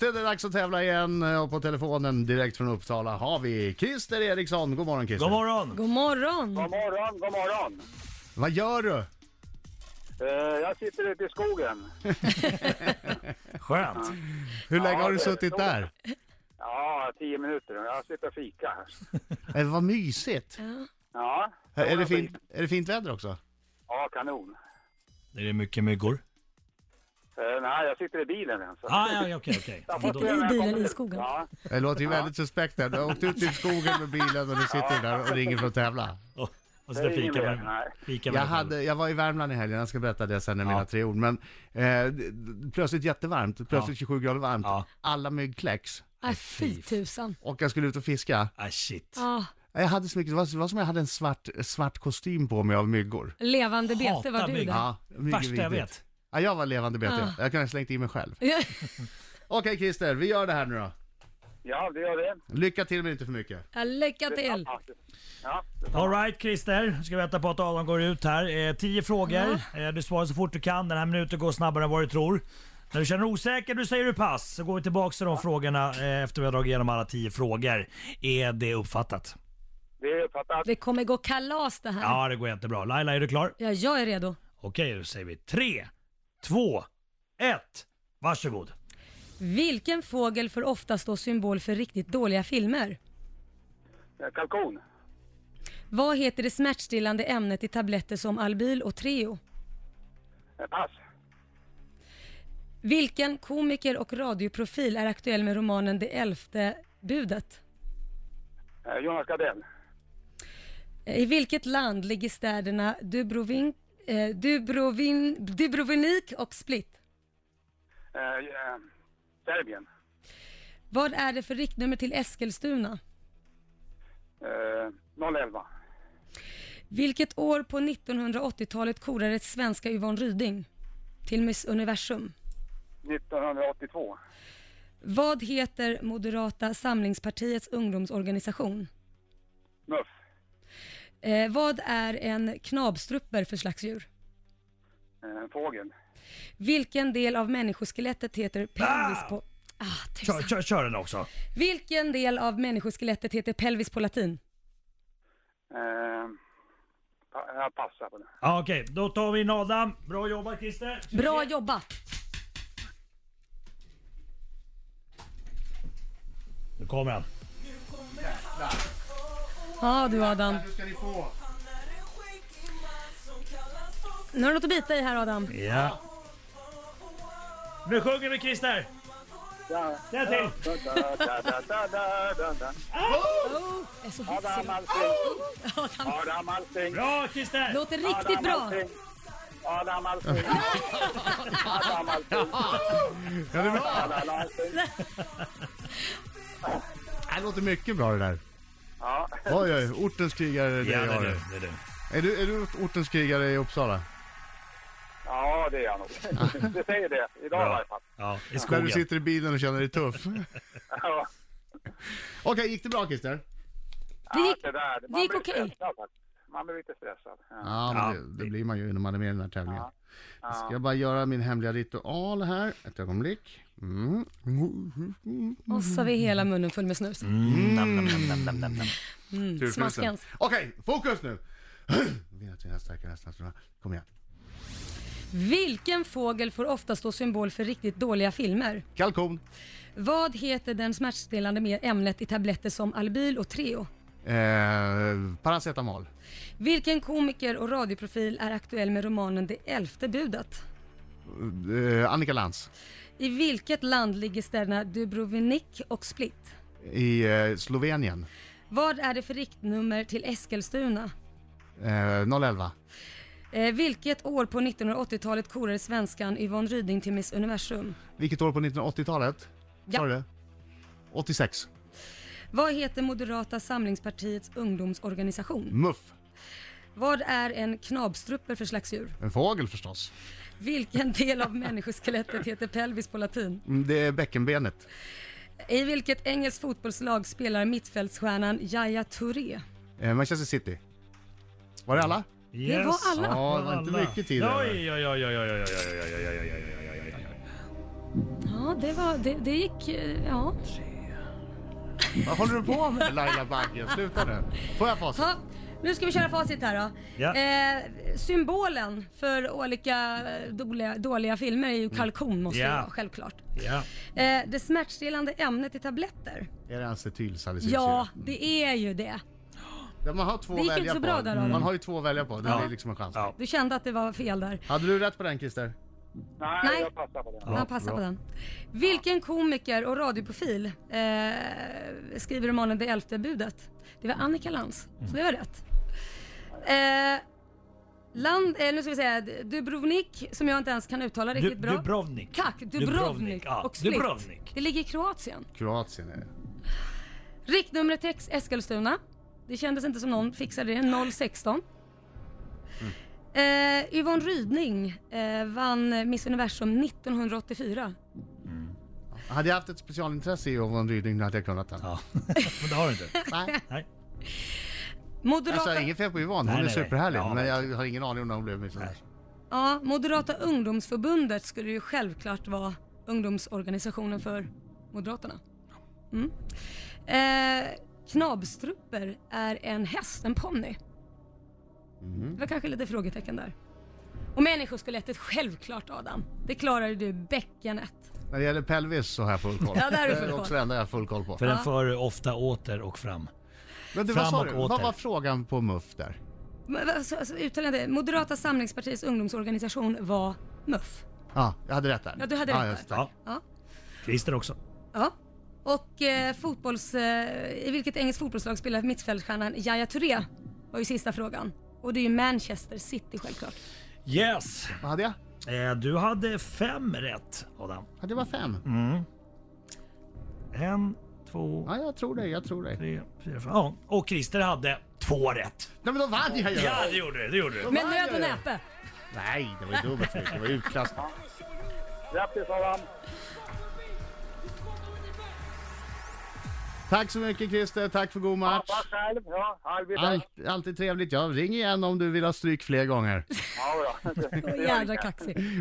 Det är dags att tävla igen eh, och på telefonen direkt från Uppsala har vi Christer Eriksson. God morgon Christer. God morgon! God morgon! God morgon, god morgon. Vad gör du? Eh, jag sitter ute i skogen. Skönt. Hur länge Ja, har du det är suttit så. där? Ja, tio minuter. Jag sitter och fika. Eh, vad mysigt. Ja. Är det, fint, är det fint väder också? Ja, kanon. Är det mycket myggor? Eh, nej, jag sitter i bilen än. Så. Ah, ja, ja, okej, okej. Jag Men får då- se när jag I bilen, kommer i ut. skogen. Ja. Det låter ju väldigt suspekt där. Du har åkt ut i skogen med bilen och nu sitter du där och ringer för att tävla. Åh, Och så Det där är ingen fikar mer, nej. man. Fikar man Jag, själv. hade, jag var i Värmland i helgen, jag ska berätta det sen i mina Ja. tre ord. Men eh, d- d- plötsligt jättevarmt, plötsligt 27 grader varmt. Ja. Alla mygg kläcks. Äh, fy tusan. Och jag skulle ut och fiska. Ah, shit. Ja, Jag hade så mycket, det var, det var som om jag hade en svart, svart kostym på mig av myggor. levande bete Hatar var du mygg. där. Ja, mycket Värsta jag vidrigt. vet. Ah. Ja, jag var levande bete. Ja. Jag kan ha slängt in mig själv. Okej Christer, vi gör det här nu då. ja, det gör det. Lycka till men inte för mycket. Ja, Lycka till! Ja, ja. Alright Christer, ska vänta på att Adam går ut här. Eh, tio frågor. Eh, du svarar så fort du kan. Den här minuten går snabbare än vad du tror. När du känner dig osäker, du säger du pass. Så går vi tillbaka till de frågorna eh, efter vi har dragit igenom alla tio frågor. Är det uppfattat? Det är uppfattat. Det kommer gå kalas det här. Ja, Ja, det går jättebra. Laila, är du klar? jag är redo. Okej, då säger vi tre, två, ett. Varsågod. Vilken fågel får ofta stå symbol för riktigt dåliga filmer? Eh, Kalkon. Vad heter det smärtstillande ämnet i tabletter som Albyl och Treo? Eh, Pass. Vilken komiker och radioprofil är aktuell med romanen Det elfte budet? Eh, Jonas Gardell. Eh, I vilket land ligger städerna Dubrovin, eh, Dubrovin, Dubrovnik och Split? Eh, eh, Serbien. Vad är det för riktnummer till Eskilstuna? Eh, 011. Vilket år på 1980-talet korades svenska Yvonne Ryding till Miss Universum? 1982. Vad heter Moderata samlingspartiets ungdomsorganisation? Muff. Eh, vad är en knabstrupper för slags djur? Eh, fågel. Vilken del av människoskelettet heter pelvis på... Ah, Kör, tusan. kör, kör den också. Vilken del av människoskelettet heter pelvis på latin? Eh, pa- jag passar på det. Ja, Okej, då tar vi in Adam. Bra jobbat Christer. Bra jobbat! Nu kommer han. Ja du Adam. Nu ska ni få. Nu har du något att bita i här Adam. Ja. Nu sjunger vi Christer! Ja. Säg till! Da, da, da, da, da, da, da. Oh, jag är så Adam hissig. Alsing. Adam. Adam Alsing. Bra Christer! Låter riktigt Adam bra. Alsing. Adam Alsing. Adam Alsing. Ja, det är bra. Adam Alsing. Det låter mycket bra det där. Ja, Oj, oj, ortens krigare det Ja, är det jag. är du. Det är du. Är du, är du ortens krigare i Uppsala? ja, det är jag nog. Det säger det. Idag i Bra. varje fall. Ja, i När du skogen. sitter i bilen och känner dig tuff. Okej, Ja, gick det bra Christer? Det gick, det där. Man det gick blir okej. stressad faktiskt. Man blir lite stressad. Ja. Ja, men Ja. Det, det blir man ju när man är med i den här tävlingen. Ja. Ska jag bara göra min hemliga ritual här, ett ögonblick. Mm. Och så har vi hela munnen full med snus. Mm, Mm, nam, nam, nam, nam, nam, nam, nam. Tur för Smaskens. husen. Okej, fokus nu! Vill att vi är starka nästan. så- Kom igen. Vilken fågel får ofta stå symbol för riktigt dåliga filmer? Kalkon. Vad heter den smärtstillande med ämnet i tabletter som Albyl och Treo? Eh, paracetamol. Vilken komiker och radioprofil är aktuell med romanen Det elfte budet? Eh, Annika Lantz. I vilket land ligger städerna Dubrovnik och Split? I eh, Slovenien. Vad är det för riktnummer till Eskilstuna? Eh, 011. Eh, vilket år på 1980-talet korade svenskan Yvonne Ryding till Miss Universum? Vilket år på 1980-talet? Ja. Sa du det? 86. Vad heter Moderata samlingspartiets ungdomsorganisation? Muff. Vad är en knabstrupper för slags djur? En fågel förstås. Vilken del av människoskelettet heter pelvis på latin? Mm, Det är bäckenbenet. I vilket engelskt fotbollslag spelar mittfältsstjärnan Yahya Touré? Eh, Manchester City. Var det alla? Yes. Det var alla. Ja, det var inte mycket tid Oj, över. oj, oj, oj, oj, oj, oj, oj, oj, oj, oj, oj, oj, oj, oj, oj, oj. Ja, det var, det, det gick, eh, ja. Vad håller du på med Laila Bagge? Sluta nu. Får jag facit? Ha, nu ska vi köra facit här då. Ja. Eh, symbolen för olika eh, dåliga, dåliga filmer är ju kalkon måste Ja. det vara, självklart. Ja. Eh, det smärtstillande ämnet i tabletter. Är det acetylsalicylsyra? Ja, det är ju det. Ja, Man har två Det gick att inte välja på. så bra där, Adam. Man har ju två att välja på. Det Ja. är liksom en chans. Ja. Du kände att det var fel där. Hade du rätt på den Christer? Nej, Nej. jag passar på den. Ja, passa bra. på den. Vilken komiker och radioprofil eh, skriver romanen Det elfte budet? Det var Annika Lantz, så det var rätt. Eh, land, eh, nu ska vi säga Dubrovnik, som jag inte ens kan uttala Du, riktigt bra. Dubrovnik. Tack, Dubrovnik, ja. och Split. Dubrovnik. Det ligger i Kroatien. Kroatien är det. Riktnumret till Eskilstuna. Det kändes inte som någon fixade det. 016. Eh, Yvonne Rydning eh, vann Miss Universum 1984. Hade jag haft ett specialintresse i Yvonne Ryding hade jag kunnat den. Ja. Men det har du inte. Nej. Nej. Moderata, Alltså inget fel på Yvonne, Nej, hon är nej, nej. superhärlig. Ja, men jag har ingen aning om när hon blev Miss Universum. ja, Moderata ungdomsförbundet skulle ju självklart vara ungdomsorganisationen för Moderaterna. Mm. Eh, knabstruper är en häst, en ponny. Det var kanske lite frågetecken där. Och människoskeletet, självklart Adam. Det klarade du bäckenet. När det gäller pelvis så har jag full koll. Ja, där har du det full är koll. också det enda jag har full koll på. För den för ofta åter och fram. Men du, vad Fram sa och du? åter. Vad var frågan på MUF där? Men vad- alltså, så- så Uttalar jag det? Moderata samlingspartiets ungdomsorganisation var MUF. Ja, jag hade rätt där. Ja, du hade rätt just där. det. Ja. Ja. Christer också. ja. Och eh, fotbolls... Eh, I vilket engelskt fotbollslag spelar mittfältstjärnan Yahya Touré? Var ju sista frågan. Och det är ju Manchester City självklart. Yes! Vad hade jag? Eh, du hade fem rätt Adam. Hade jag bara fem? En, två, Ja, jag tror dig, jag tror dig. Nej, tre, fyra, fem. Ja. Och Christer hade två rätt. men då vann jag ju! Ja, det gjorde du. Det gjorde du. Vad Men fan nöd gör och jag? näpe. Nej, det var ju dubbelt för mycket. Det var utklassat. Grattis Adam! Tack så mycket Christer, tack för god Ja, match. var själv. Ja, arbeta. Allt, alltid trevligt. Ja, ring igen om du vill ha stryk fler gånger. Ja, då. Så jädra kaxig.